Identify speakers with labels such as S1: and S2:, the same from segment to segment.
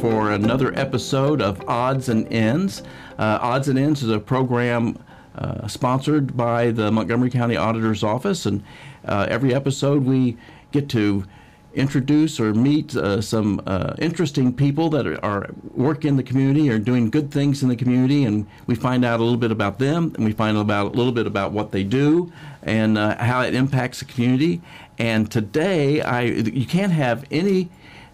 S1: for another episode of Odds and Ends. Uh, Odds and Ends is a program uh, sponsored by the Montgomery County Auditor's Office, and uh, every episode we get to introduce or meet uh, some uh, interesting people that are, are work in the community or doing good things in the community, and we find out a little bit about them, and we find out about a little bit about what they do and uh, how it impacts the community. And today, I you can't have any.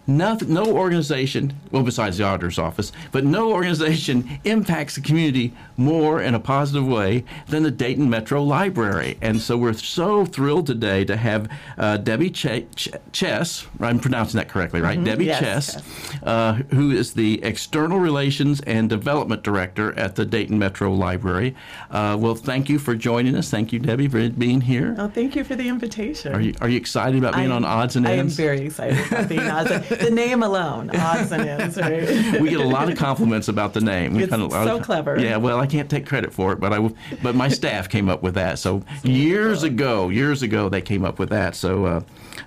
S1: No, no organization, well, besides the auditor's office, but no organization impacts the community more in a positive way than the Dayton Metro Library. And so we're so thrilled today to have uh, Debbie Ch- Ch- Chess, I'm pronouncing that correctly, right? Debbie
S2: Mm-hmm. Yes,
S1: Chess, uh, who is the External Relations and Development Director at the Dayton Metro Library. Uh, well, thank you for joining us. Thank you, Debbie, for being here.
S2: Oh, thank you for the invitation.
S1: Are you, are you excited about being on Odds and
S2: I
S1: Ends?
S2: am very excited about being odds. and- the name alone, odds and ends, right?
S1: we get a lot of compliments about the name. We
S2: It's
S1: kinda-
S2: so clever.
S1: Yeah, well, I can't take credit for it, but I, w- but my staff came up with that. So years ago, years ago, they came up with that. So uh,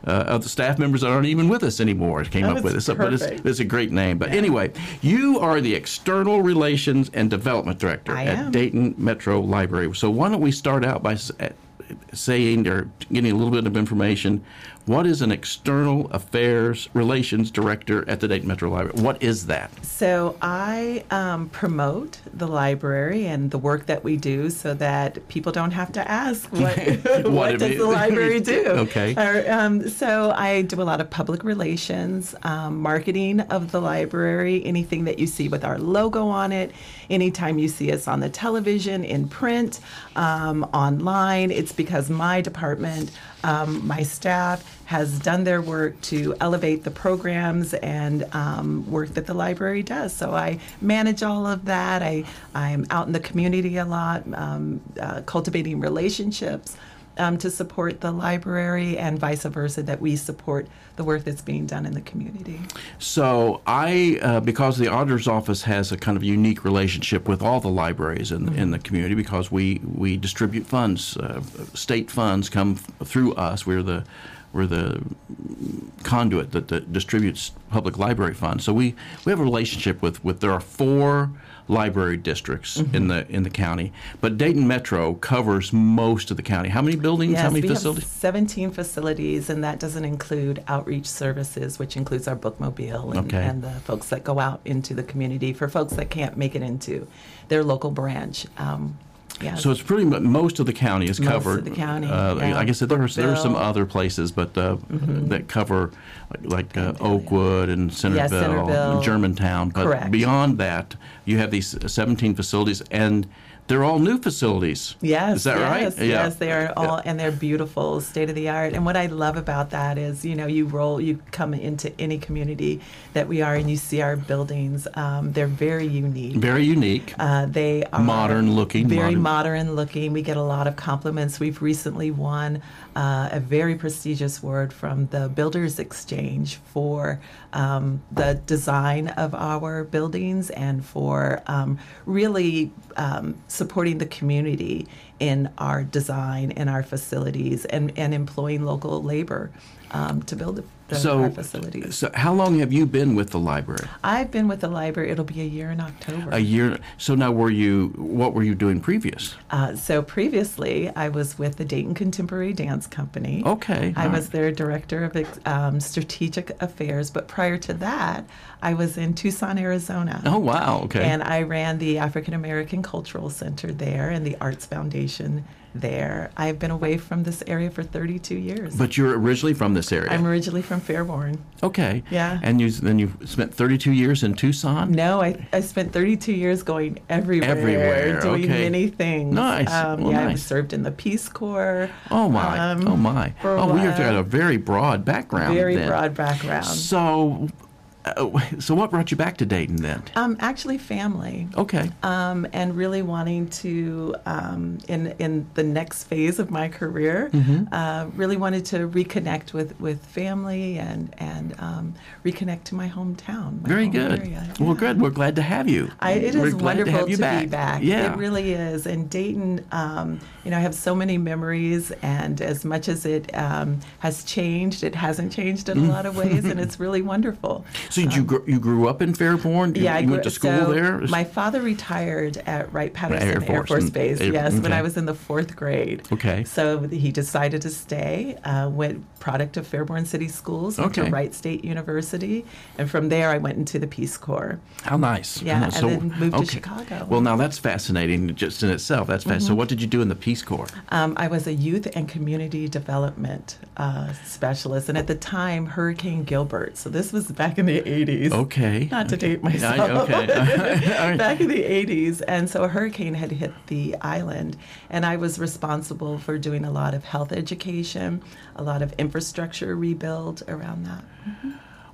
S1: uh, other staff members that aren't even with us anymore came
S2: Oh,
S1: up with it.
S2: it's
S1: So, but it's,
S2: perfect.
S1: it's a great name. But anyway, you are the External Relations and Development Director
S2: I
S1: at
S2: am.
S1: Dayton Metro Library. So why don't we start out by s- at- saying or getting a little bit of information what is an external affairs relations director at the dayton metro library what is that
S2: So I um, promote the library and the work that we do, so that people don't have to ask what what,
S1: What it
S2: does
S1: is.
S2: the library do.
S1: Okay.
S2: Or, um, so I do a lot of public relations, um, marketing of the library, anything that you see with our logo on it, anytime you see us on the television, in print, um, online. It's because my department, um, my staff, has done their work to elevate the programs and um, work that the library does. So I manage all of that. I I'm out in the community a lot, um, uh, cultivating relationships um, to support the library and vice versa, that we support the work that's being done in the community.
S1: So I, uh, because the auditor's office has a kind of unique relationship with all the libraries in, in the community, because we we distribute funds, uh, state funds come f- through us. We're the we're the conduit that, that distributes public library funds. So we, we have a relationship with, with there are four library districts
S2: Mm-hmm.
S1: in the in the county, but Dayton Metro covers most of the county. How many buildings? how many
S2: we
S1: facilities?
S2: have 17 facilities, and that doesn't include outreach services, which includes our bookmobile and,
S1: Okay.
S2: and the folks that go out into the community for folks that can't make it into their local branch. Um, yeah.
S1: So it's pretty much most of the county is
S2: Most of
S1: covered.
S2: the county,
S1: Uh,
S2: yeah.
S1: I guess that there are, there are some
S2: Brookville.
S1: other places, but uh, that cover like uh,
S2: Pennville, yeah.
S1: Oakwood and Centerville,
S2: Centerville.
S1: Germantown. But
S2: Correct.
S1: beyond that, you have these 17 facilities, and they're all new facilities.
S2: Yes.
S1: is that
S2: Yes,
S1: right?
S2: yes, they are all, and they're beautiful, state of the art. And what I love about that is, you know, you roll, you come into any community that we are, and you see our buildings. Um, they're very unique.
S1: Very unique.
S2: Uh, they are
S1: Modern looking,
S2: very
S1: modern.
S2: modern. looking. We get a lot of compliments. We've recently won uh, a very prestigious award from the Builders Exchange for um, the design of our buildings and for um, really um, supporting the community in our design and our facilities and, and employing local labor um, to build the, the,
S1: so,
S2: our facilities.
S1: so how long have you been with the library?
S2: I've been with the library. It'll be a year in October.
S1: A year. So now, were you? What were you doing previous?
S2: Uh, so previously, I was with the Dayton Contemporary Dance Company.
S1: Okay,
S2: I
S1: all
S2: was their director of ex- um, strategic affairs, but prior to that, I was in Tucson, Arizona.
S1: Oh wow. Okay.
S2: And I ran the African American Cultural Center there and the Arts Foundation there. I've been away from this area for 32 years.
S1: but you're originally from this area.
S2: I'm originally from Fairborn.
S1: Okay.
S2: Yeah.
S1: And you then you spent 32 years in Tucson.
S2: No, I, I spent 32 years going everywhere,
S1: Everywhere,
S2: doing
S1: okay.
S2: many things.
S1: Nice.
S2: Um,
S1: Well,
S2: yeah, I
S1: nice.
S2: served in the Peace Corps.
S1: Oh my.
S2: um,
S1: oh my.
S2: for a
S1: Oh, we have
S2: while.
S1: got a very broad background.
S2: Very
S1: then.
S2: broad background.
S1: So, uh, so what brought you back to Dayton then?
S2: Um, actually, family.
S1: Okay.
S2: Um, and really wanting to, um, in in the next phase of my career,
S1: Mm-hmm.
S2: uh, really wanted to reconnect with, with family and and um, reconnect to my hometown. my
S1: Very
S2: home
S1: good.
S2: area.
S1: Well,
S2: Oh, Yeah.
S1: good. We're glad to have you.
S2: I, it
S1: We're
S2: is
S1: glad
S2: wonderful
S1: to, have you back.
S2: be back.
S1: Yeah.
S2: It really is. And Dayton, um, you know, I have so many memories, and as
S1: Mm.
S2: much as it um, has changed, it hasn't changed in a lot of ways, and it's really wonderful.
S1: So did you gr- you grew up in Fairborn? You,
S2: yeah, I
S1: you
S2: grew,
S1: went to school
S2: so
S1: there.
S2: My father retired at Wright Patterson
S1: Air
S2: Air,
S1: Force
S2: Force
S1: and-
S2: Base.
S1: Air-
S2: yes, when
S1: okay.
S2: I was in the fourth grade.
S1: Okay.
S2: So he decided to stay. Uh, went product of Fairborn City Schools. Went
S1: Okay.
S2: to Wright State University, and from there I went into the Peace Corps.
S1: How nice.
S2: Yeah,
S1: How nice.
S2: and then moved to Chicago. Mm-hmm.
S1: Well, now that's fascinating just in itself. That's fast. So what did you do in the Peace Corps?
S2: Um, I was a youth and community development uh, specialist, and at the time, Hurricane Gilbert. So this was back in the 80s.
S1: Okay.
S2: Not to date myself.
S1: I, okay. All right.
S2: back in the 80s. And so a hurricane had hit the island, and I was responsible for doing a lot of health education, a lot of infrastructure rebuild around that.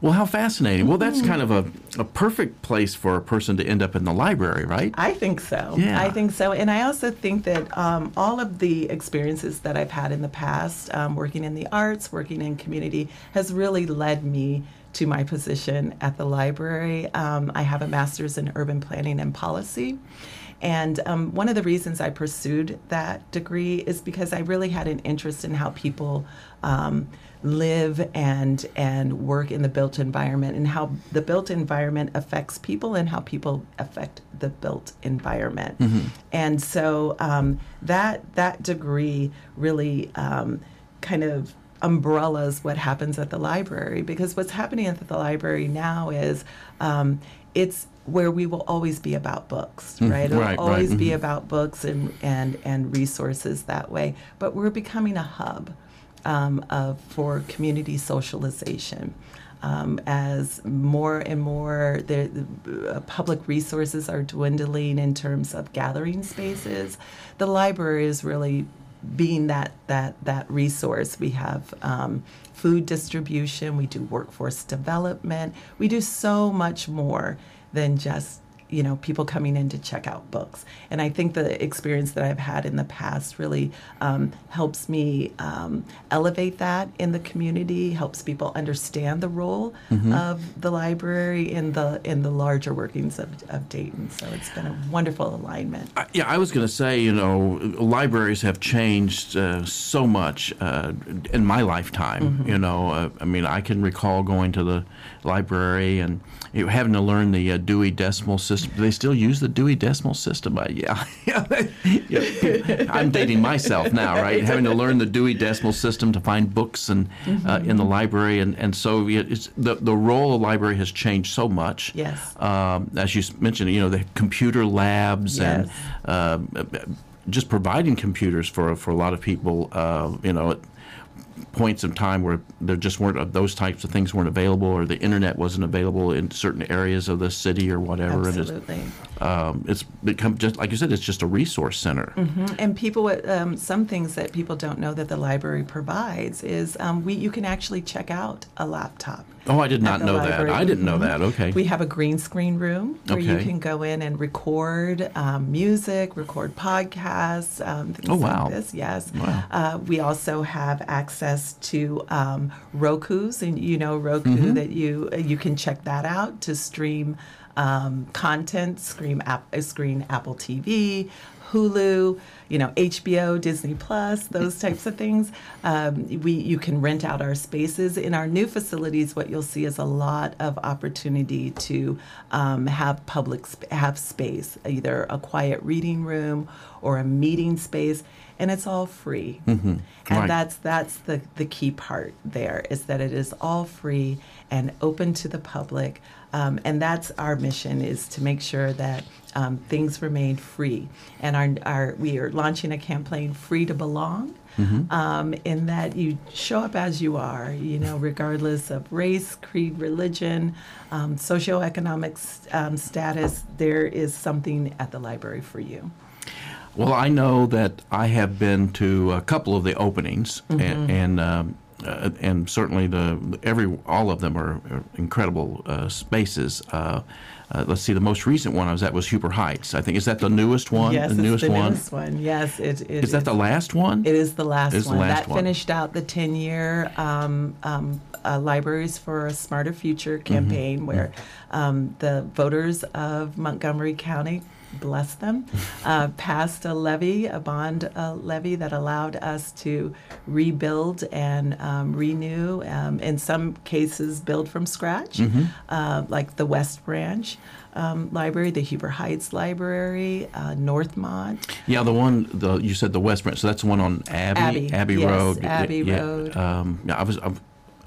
S1: Well, how fascinating. Well, that's kind of a, a perfect place for a person to end up in the library, right?
S2: I think so.
S1: Yeah.
S2: I think so. And I also think that um, all of the experiences that I've had in the past, um, working in the arts, working in community, has really led me to my position at the library. Um, I have a master's in urban planning and policy. And um, one of the reasons I pursued that degree is because I really had an interest in how people um, live and and work in the built environment, and how the built environment affects people, and how people affect the built environment.
S1: Mm-hmm.
S2: And so um, that that degree really um, kind of umbrellas what happens at the library because what's happening at the library now is um, it's where we will always be about books, right? It'll
S1: Mm-hmm. right, right,
S2: always be about books and, and, and resources that way. But we're becoming a hub um, of, for community socialization. Um, as more and more the, the uh, public resources are dwindling in terms of gathering spaces, the library is really being that that that resource. We have um, food distribution, we do workforce development, we do so much more than just you know people coming in to check out books. And I think the experience that I've had in the past really um, helps me um, elevate that in the community, helps people understand the role of the library in the in the larger workings of, of Dayton. So it's been a wonderful alignment.
S1: I- Yeah, I was going to say, you know, libraries have changed uh, so much uh, in my lifetime. You know, uh, I mean, I can recall going to the library and you know, having to learn the uh, Dewey Decimal System. Do they still use the Dewey Decimal System? I, yeah. yeah. I'm dating myself now, right? Having to learn the Dewey Decimal System to find books and uh, in the library, and and so it's, the the role of library has changed so much.
S2: Yes.
S1: Um, as you s- mentioned, you know, the computer labs and
S2: Yes.
S1: um, just providing computers for for a lot of people, uh, you know, at points of time where there just weren't uh, those types of things weren't available, or the internet wasn't available in certain areas of the city or whatever. And
S2: Absolutely.
S1: it's, um, it's become just like you said, it's just a resource center.
S2: Mm-hmm. And people, um, some things that people don't know that the library provides is um, we you can actually check out a laptop.
S1: Oh, I did
S2: at
S1: not
S2: the
S1: know
S2: library.
S1: that. I didn't know
S2: Mhm.
S1: that. Okay.
S2: We have a green screen room where you
S1: Okay.
S2: can go in and record um, music, record podcasts, um, things
S1: Oh, wow.
S2: like this. Yes.
S1: Wow.
S2: Uh, we also have access to um, Roku's, and you know Roku
S1: Mm-hmm.
S2: that you uh, you can check that out to stream um, content, screen app, uh, screen Apple TV. Hulu, you know HBO, Disney Plus, those types of things. Um, we you can rent out our spaces in our new facilities. What you'll see is a lot of opportunity to um, have public sp- have space, either a quiet reading room or a meeting space and it's all free. And
S1: Right.
S2: that's that's the the key part there is that it is all free and open to the public. Um, and that's our mission is to make sure that um, things remain free. And our, our we are launching a campaign, free to belong.
S1: Mm-hmm.
S2: Um, in that you show up as you are, you know, regardless of race, creed, religion, um, socioeconomic s- um, status, there is something at the library for you.
S1: Well, I know that I have been to a couple of the openings,
S2: Mm-hmm.
S1: and and, um, uh, and certainly the every all of them are, are incredible uh, spaces. Uh, uh, let's see, the most recent one I was at was Huber Heights. I think is that the newest one.
S2: Yes,
S1: the
S2: it's
S1: newest
S2: the
S1: one.
S2: newest one. Yes, it, it
S1: Is that the last one?
S2: it is the last
S1: It's the
S2: one
S1: last
S2: that
S1: one.
S2: finished out the ten year um, um, uh, Libraries for a
S1: Mm-hmm.
S2: Smarter Future campaign, where um, the voters of Montgomery County bless them, uh, passed a levy, a bond uh, levy that allowed us to rebuild and um, renew, um, in some cases, build from scratch,
S1: Mm-hmm.
S2: uh, like the West Branch um, Library, the Huber Heights Library, uh, Northmont.
S1: Yeah, the one the you said the West Branch. So that's the one on Abbey
S2: Abbey,
S1: Abbey
S2: yes,
S1: Road.
S2: Abbey
S1: Yeah, yeah,
S2: Road.
S1: Um, yeah, I was I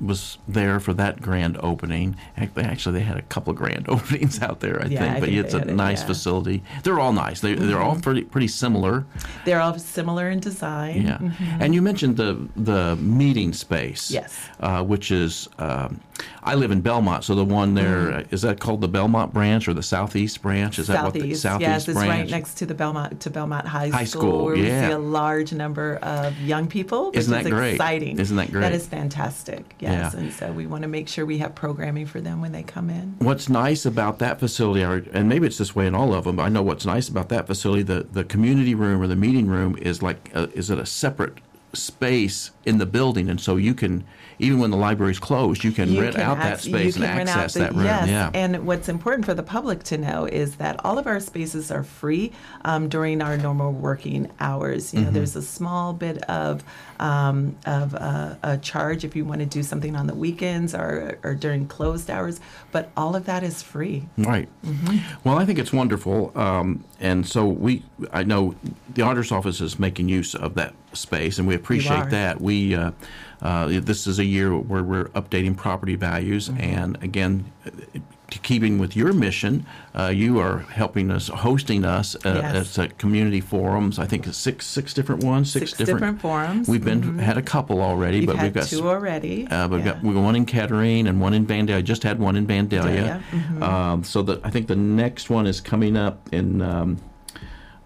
S1: was there for that grand opening. Act- Actually, they had a couple of grand openings out there, I
S2: Yeah,
S1: think.
S2: I
S1: but
S2: think
S1: it's
S2: they
S1: a
S2: had it,
S1: nice
S2: yeah. Mm-hmm.
S1: facility. They're all nice. They they're all pretty pretty similar.
S2: They're all similar in design. Mm-hmm.
S1: Yeah. And you mentioned the the meeting space.
S2: Yes.
S1: Uh, which is um, I live in Belmont, so the one there is
S2: Mm-hmm.
S1: that called the Belmont branch or the Southeast branch? Is that what the
S2: Southeast,
S1: Southeast
S2: yes, it's
S1: branch?
S2: right next to the Belmont to Belmont High School,
S1: High school,
S2: where
S1: yeah.
S2: we see a large number of young people. Which
S1: Isn't that
S2: is
S1: great?
S2: Exciting!
S1: Isn't that great?
S2: That is fantastic. Yes,
S1: Yeah.
S2: and so we want to make sure we have programming for them when they come in.
S1: what's nice about that facility, or- and maybe it's this way in all of them, but I know what's nice about that facility, the, the community room or the meeting room is like, uh, is it a separate space in the building? And so you can, even when the library's closed, you can
S2: You
S1: rent
S2: can
S1: out that
S2: ac- you
S1: space and
S2: can rent out
S1: access
S2: the-
S1: that room.
S2: Yes.
S1: Yeah.
S2: And what's important for the public to know is that all of our spaces are free um, during our normal working hours. You
S1: Mm-hmm.
S2: know, there's a small bit of um, of uh, a charge if you want to do something on the weekends or or during closed hours, but all of that is free.
S1: Right.
S2: Mm-hmm.
S1: Well, I think it's wonderful, um, and so we. I know the auditor's office is making use of that space, and we appreciate
S2: are.
S1: that. We. Uh, uh, this is a year where we're updating property values,
S2: Mm-hmm.
S1: and again. To keeping with your mission, uh, you are helping us, hosting us uh,
S2: Yes.
S1: at community forums. I think it's six, six different ones, six,
S2: Six different forums.
S1: We've been had a couple already,
S2: We've
S1: but
S2: had
S1: we've got s-
S2: two already.
S1: uh, we've
S2: Yeah.
S1: got we've got one in Kettering and one in Vandalia. I just had one in Vandalia.
S2: Vandalia, Mm-hmm.
S1: Um, so the, I think the next one is coming up in. Um,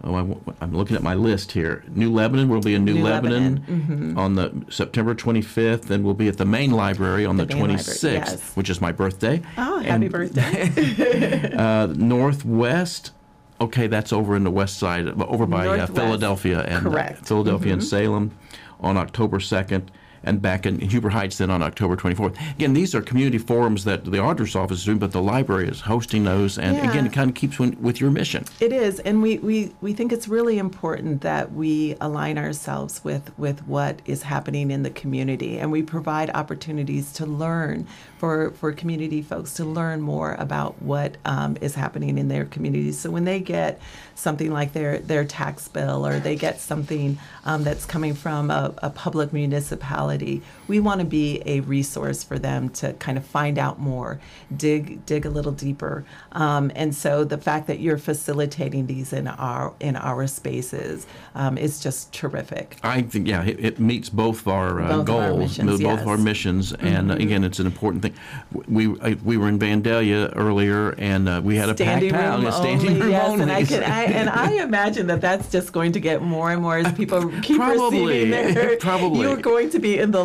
S1: oh, I, am looking at my list here. New Lebanon will be in New,
S2: New Mm-hmm.
S1: Lebanon, on the September 25th, and we'll be at the main library on the,
S2: The main library,
S1: 26th,
S2: yes.
S1: which is my birthday.
S2: Oh, happy
S1: And,
S2: birthday.
S1: Uh, Northwest. Okay, that's over in the west side, but over by uh,
S2: Northwest,
S1: Philadelphia and
S2: correct. Mm-hmm.
S1: Philadelphia and Salem on October 2nd, and back in Huber Heights then on October 24th. Again, these are community forums that the auditor's office is doing, but the library is hosting those, and again,
S2: Yeah.
S1: it kind of keeps win- with your mission.
S2: It is, and we, we, we think it's really important that we align ourselves with, with what is happening in the community, and we provide opportunities to learn for, for community folks to learn more about what um, is happening in their communities. So when they get something like their their tax bill, or they get something um, that's coming from a, a public municipality, we want to be a resource for them to kind of find out more, dig dig a little deeper. Um, and so the fact that you're facilitating these in our in our spaces um, is just terrific.
S1: I think, yeah, it, it meets both of our uh,
S2: Both of
S1: goals,
S2: our missions,
S1: both of our
S2: yes. Mm-hmm.
S1: missions, and uh, again, it's an important thing. W- We I, we were in Vandalia earlier, and uh, we had a
S2: standing
S1: packed
S2: room
S1: house,
S2: only,
S1: standing room
S2: yes,
S1: only.
S2: and I can, I, and I imagine that that's just going to get more and more as people keep
S1: Probably,
S2: receiving their.
S1: probably.
S2: you're going to be in the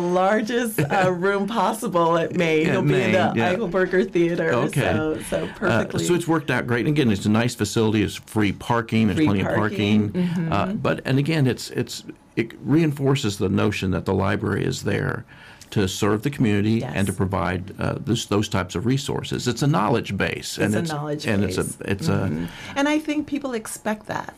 S2: largest uh, room possible at Maine.
S1: At
S2: You'll be in the
S1: Maine, yeah.
S2: Eichelberger Theater.
S1: Okay.
S2: so, so
S1: Uh,
S2: perfectly.
S1: so it's worked out great. And again, it's a nice facility. It's free parking. There's
S2: Free
S1: plenty
S2: parking. Mm-hmm.
S1: of parking. Uh, but and again, it's it's it reinforces the notion that the library is there to serve the community
S2: Yes.
S1: and to provide uh, this, those types of resources. It's a knowledge base. and
S2: It's a
S1: it's
S2: knowledge
S1: and
S2: base. Mm-hmm.
S1: it's a Mm-hmm. it's a
S2: and I think people expect that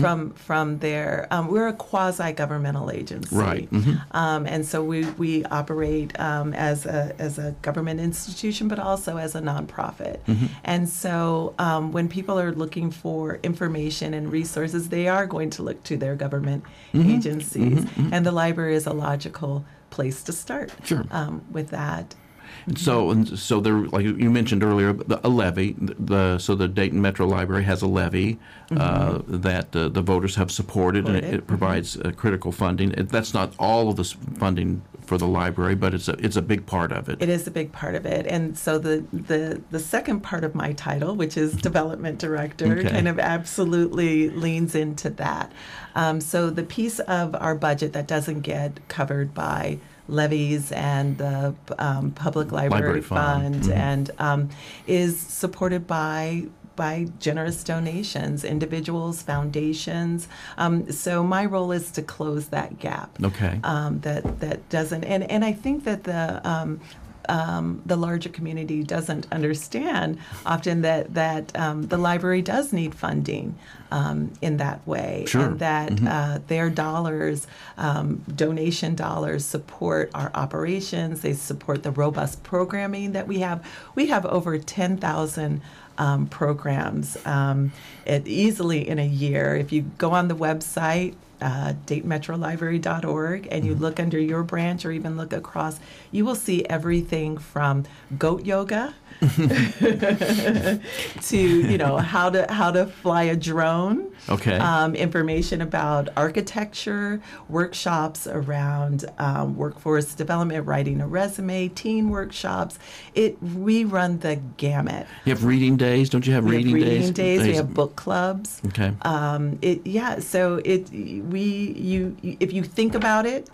S2: from from their. Um, we're a quasi governmental agency,
S1: Right, Mm-hmm.
S2: Um, and so we we operate um, as a as a government institution, but also as a nonprofit.
S1: Mm-hmm.
S2: And so um, when people are looking for information and resources, they are going to look to their government
S1: Mm-hmm.
S2: agencies, and the library is a logical place to start
S1: Sure.
S2: um, with that.
S1: So, and so there, like you mentioned earlier, the, a levy. The so the Dayton Metro Library has a levy uh, that uh, the voters have supported, and it,
S2: Mm-hmm. Supported.
S1: it provides uh, critical funding. It, that's not all of the s- funding for the library, but it's a it's a big part of it.
S2: It is a big part of it. And so the the, the second part of my title, which is development director,
S1: Okay.
S2: kind of absolutely leans into that. Um, so the piece of our budget that doesn't get covered by levies and the um, public library,
S1: Library fund. Mm-hmm.
S2: fund and um, is supported by by generous donations, individuals, foundations. Um, so my role is to close that gap
S1: Okay.
S2: um, that that doesn't and and I think that the um, um, the larger community doesn't understand often that that um, the library does need funding um, in that way,
S1: Sure.
S2: and that uh, their dollars, um, donation dollars, support our operations. They support the robust programming that we have. We have over ten thousand. Um, programs um, it, easily in a year. If you go on the website, uh, datemetrolibrary.org and you look under your branch or even look across, you will see everything from goat yoga to you know how to how to fly a drone.
S1: Okay.
S2: Um, information about architecture, workshops around um, workforce development, writing a resume, teen workshops. It we run the gamut.
S1: You have reading days, don't you have
S2: We
S1: reading,
S2: have reading days. We
S1: Days-
S2: have book clubs.
S1: Okay.
S2: Um, it yeah. So it we you if you think about it.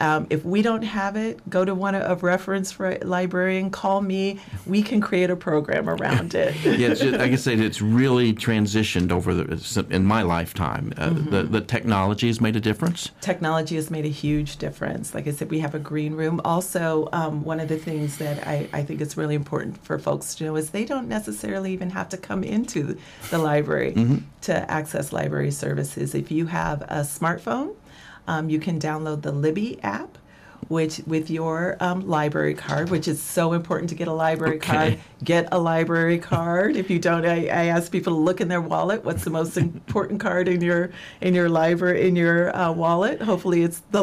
S2: Um, if we don't have it, go to one of reference for librarian. Call me. We can create a program around it.
S1: yeah, it's just, I can say that it's really transitioned over the in my lifetime. Uh, the,
S2: Mm-hmm.
S1: the technology has made a difference.
S2: technology has made a huge difference. Like I said, we have a green room. Also, um, one of the things that I, I think is really important for folks to know is they don't necessarily even have to come into the library to access library services. If you have a smartphone, um, you can download the Libby app. Which, with your um, library card, which is so important to get a library
S1: Okay.
S2: card, get a library card. If you don't, I, I ask people to look in their wallet. What's the most important card in your in your library in your uh, wallet? Hopefully, it's the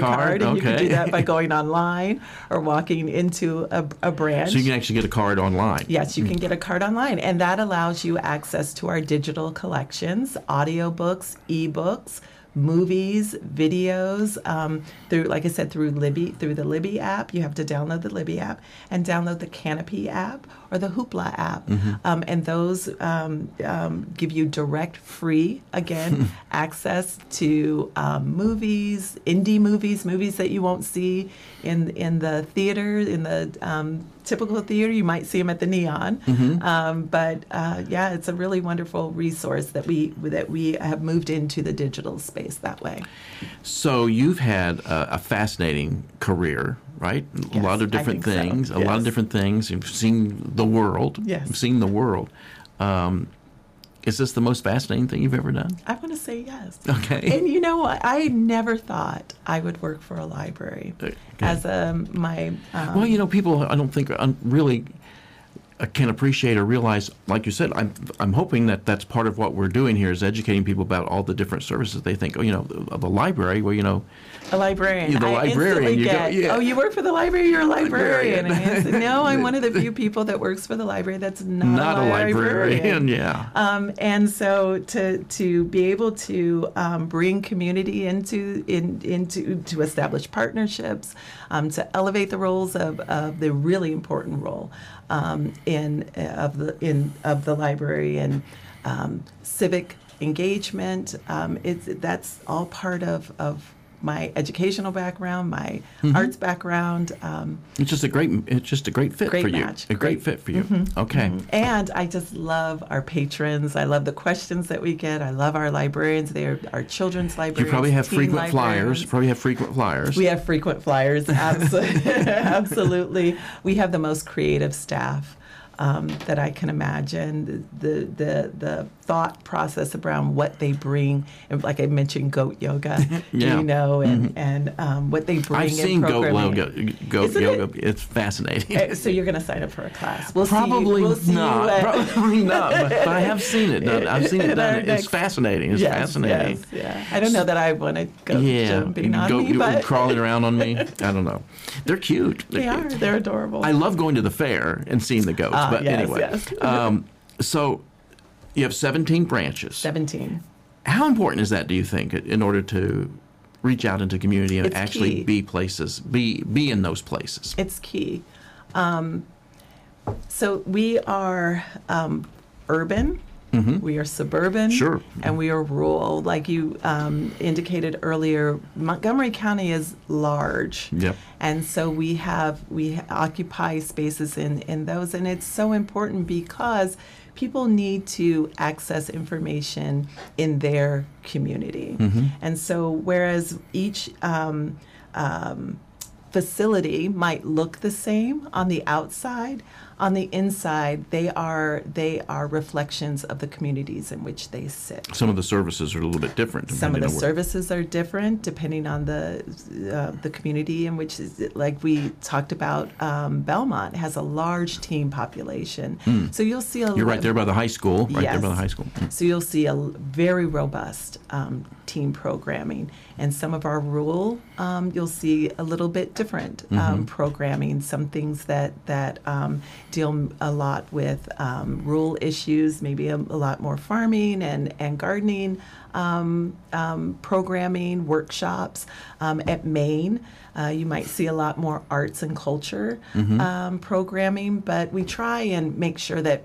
S1: Library card,
S2: and you can
S1: okay.
S2: do that by going online or walking into a, a branch.
S1: So you can actually get a card online.
S2: Yes, you can get a card online, and that allows you access to our digital collections, audiobooks, ebooks, movies, videos. Um, through, like I said, through Libby, through the Libby app, you have to download the Libby app and download the Canopy app or the Hoopla app, um, and those um, um, give you direct, free again access to um, movies, indie movies, movies that you won't see in in the theater, in the um, typical theater. You might see them at the Neon,
S1: Mm-hmm.
S2: um, but uh, yeah, it's a really wonderful resource that we that we have moved into the digital space that way.
S1: So you've had a, a fascinating career, right? a
S2: Yes,
S1: lot of
S2: I
S1: different
S2: think so.
S1: things. A lot of
S2: Yes.
S1: different things. You've seen the world.
S2: Yes.
S1: You've seen the world. Um, is this the most fascinating thing you've ever done?
S2: I want to say yes.
S1: Okay.
S2: And you know what? I never thought I would work for a library
S1: Okay.
S2: as a my. Um,
S1: well, you know, people I don't think um, really uh, can appreciate or realize, like you said, I'm I'm hoping that that's part of what we're doing here is educating people about all the different services. They think, oh, you know, the, the library. Well, you know,
S2: A librarian.
S1: You're the
S2: I instantly
S1: librarian. You go-
S2: get,
S1: yeah.
S2: Oh, you work for the library. You're a
S1: Librarian.
S2: librarian. And I said, no, I'm one of the few people that works for the library that's not,
S1: not
S2: a
S1: a
S2: librarian.
S1: librarian. Yeah.
S2: Um, and so to to be able to um, bring community into in into to establish partnerships, um, to elevate the roles of, of the really important role um, in of the in of the library and um, civic engagement. Um, it's that's all part of of my educational background, my arts background. Um,
S1: It's just a great. It's just a great fit
S2: Great Mm-hmm.
S1: for you.
S2: match.
S1: A great, fit for you. Okay.
S2: And I just love our patrons. I love the questions that we get. I love our librarians. They are our children's librarians.
S1: You probably have
S2: teen
S1: frequent flyers.
S2: librarians.
S1: Probably have frequent flyers.
S2: We have frequent flyers. Absolutely. absolutely. We have the most creative staff. Um, that I can imagine the, the the thought process around what they bring, and like I mentioned, goat yoga,
S1: Yeah. Mm-hmm.
S2: you know, and and um, what they bring.
S1: I've
S2: in
S1: seen goat
S2: programming.
S1: yoga. Goat
S2: Isn't
S1: yoga. It's fascinating.
S2: Uh, So you're going to sign up for a class? We'll see you-
S1: probably
S2: we'll see you
S1: not.
S2: at-
S1: probably not. But, but I have seen it. done. I've seen it
S2: At our
S1: done. It's
S2: next-
S1: fascinating. It's
S2: Yes,
S1: fascinating.
S2: yes, yeah. I don't know that I want to go
S1: Yeah.
S2: jumping on
S1: Goat
S2: me,
S1: yoga
S2: but
S1: crawling around on me. I don't know. They're cute. They're
S2: they are.
S1: cute.
S2: They're adorable.
S1: I love going to the fair and seeing the goats.
S2: Ah,
S1: but
S2: yes,
S1: anyway,
S2: yes.
S1: um, so you have 17 branches.
S2: 17.
S1: How important is that, do you think, in order to reach out into community and
S2: It's
S1: actually
S2: key.
S1: be places, be be in those places?
S2: It's key. Um, so we are um, urban. We are suburban,
S1: Mm-hmm. Sure.
S2: and we are rural. Like you um, indicated earlier, Montgomery County is large,
S1: Yep.
S2: and so we have we occupy spaces in in those, and it's so important because people need to access information in their community, and so whereas each um, um, facility might look the same on the outside. On the inside, they are they are reflections of the communities in which they sit.
S1: Some of the services are a little bit different.
S2: Some of
S1: depending
S2: the
S1: on where-
S2: services are different depending on the uh, the community in which is like we talked about. Um, Belmont has a large teen population, so you'll see a
S1: Hmm. You're right there by the high school. Right there by the
S2: Yes.
S1: high school. Mm.
S2: So you'll see a l- very robust um, team programming, and some of our rural, um, you'll see a little bit different
S1: Mm-hmm.
S2: um, programming. Some things that that um, deal m- a lot with um, rural issues, maybe a, a lot more farming and and gardening um, um, programming workshops um, at Maine. Uh, you might see a lot more arts and culture
S1: Mm-hmm.
S2: um, programming, but we try and make sure that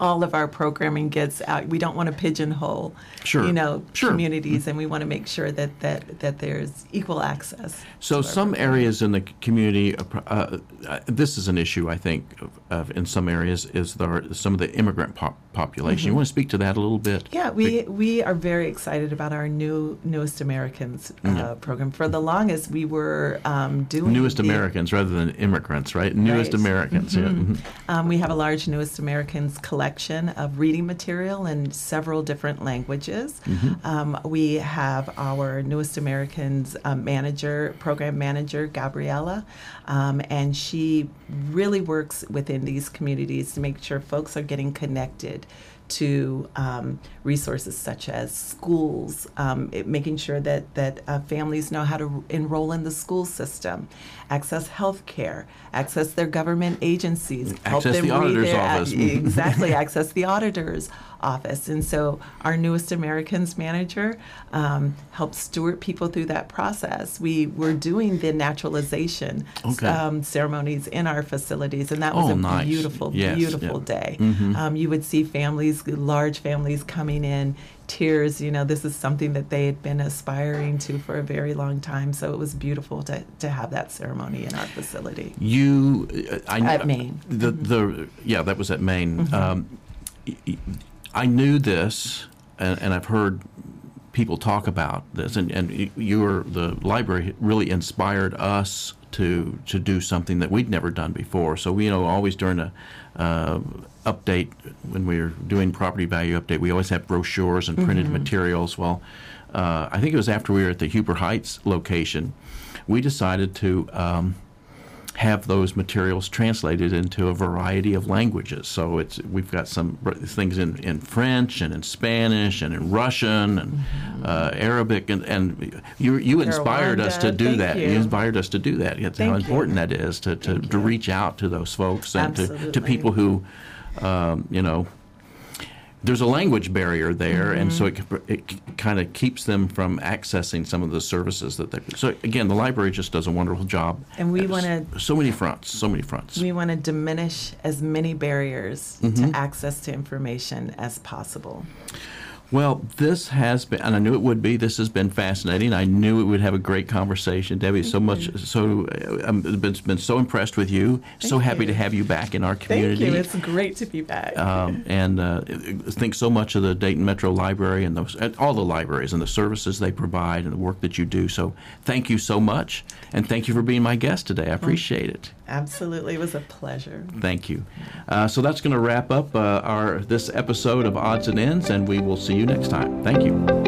S2: all of our programming gets out. We don't want to pigeonhole,
S1: Sure.
S2: you know,
S1: Sure. Mm-hmm.
S2: communities, and we want to make sure that that that there's equal access.
S1: So some areas in the c- community, uh, pro- uh, uh, this is an issue I think of, of in some areas is there are some of the immigrant pop- population. You want to speak to that a little bit?
S2: Mm-hmm. Yeah, we we are very excited about our new newest Americans uh, program. For the longest, we were um, doing
S1: Mm-hmm. Newest
S2: the-
S1: Americans rather than immigrants, right? Newest
S2: Right.
S1: Americans. yeah, mhm.
S2: Um, we have a large Newest Americans collection of reading material in several different languages. Um, we have our Newest Americans um, manager, program manager, Gabriella, um, and she really works within these communities to make sure folks are getting connected to um, resources such as schools, um, it, making sure that that uh, families know how to enroll in the school system, access health care, access their government agencies, help
S1: Access
S2: them
S1: the
S2: read
S1: auditor's
S2: their, e-,
S1: office.
S2: exactly, access the auditor's office, and so our newest Americans manager um, helps steward people through that process. We were doing the naturalization
S1: Okay.
S2: um, ceremonies in our facilities, and that was
S1: Oh,
S2: a
S1: nice.
S2: beautiful,
S1: Yes, yeah. Mm-hmm.
S2: beautiful day. Um, you would see families, large families coming in, tears. You know, this is something that they had been aspiring to for a very long time. So it was beautiful to, to have that ceremony in our facility.
S1: You, uh, I kn-
S2: At Maine. Mm-hmm.
S1: The the yeah, that was at Maine. Um, y- y- I knew this, and, and I've heard people talk about this, and and y- your the library really inspired us to to do something that we'd never done before. So we you know always during a uh, update when we're doing property value update, we always have brochures and
S2: Mm-hmm.
S1: printed materials. Well, uh, I think it was after we were at the Huber Heights location, we decided to. Um, have those materials translated into a variety of languages. So it's we've got some r- things in, in French and in Spanish and in Russian and
S2: Mm-hmm.
S1: uh, Arabic and, and you you inspired us to
S2: Rwanda,
S1: do
S2: thank
S1: that.
S2: you.
S1: inspired us to do that. It's how
S2: Thank you.
S1: important that is to, to, to reach out to those folks and to, to
S2: Absolutely.
S1: people who um, you know there's a language barrier there, and so it,
S2: Mm-hmm.
S1: c- it kind of keeps them from accessing some of the services that they. So again, the library just does a wonderful job.
S2: And we
S1: at s-
S2: wanna-
S1: so many fronts, so many fronts.
S2: We want to diminish as many barriers to access to information as possible.
S1: Well, this has been, and I knew it would be. This has been fascinating. I knew it would have a great conversation, Debbie. So much, so uh, I'm been, been so impressed with you. so happy
S2: you.
S1: to have you back in our
S2: Thank
S1: community.
S2: you. It's great to be back.
S1: um, and uh, think so much of the Dayton Metro Library and those and all the libraries and the services they provide and the work that you do. So thank you so much, and thank you for being my guest today. I appreciate it.
S2: Absolutely. It was a pleasure.
S1: Thank you. Uh, so that's going to wrap up uh, our this episode of Odds and Ends, and we will see you next time. Thank you.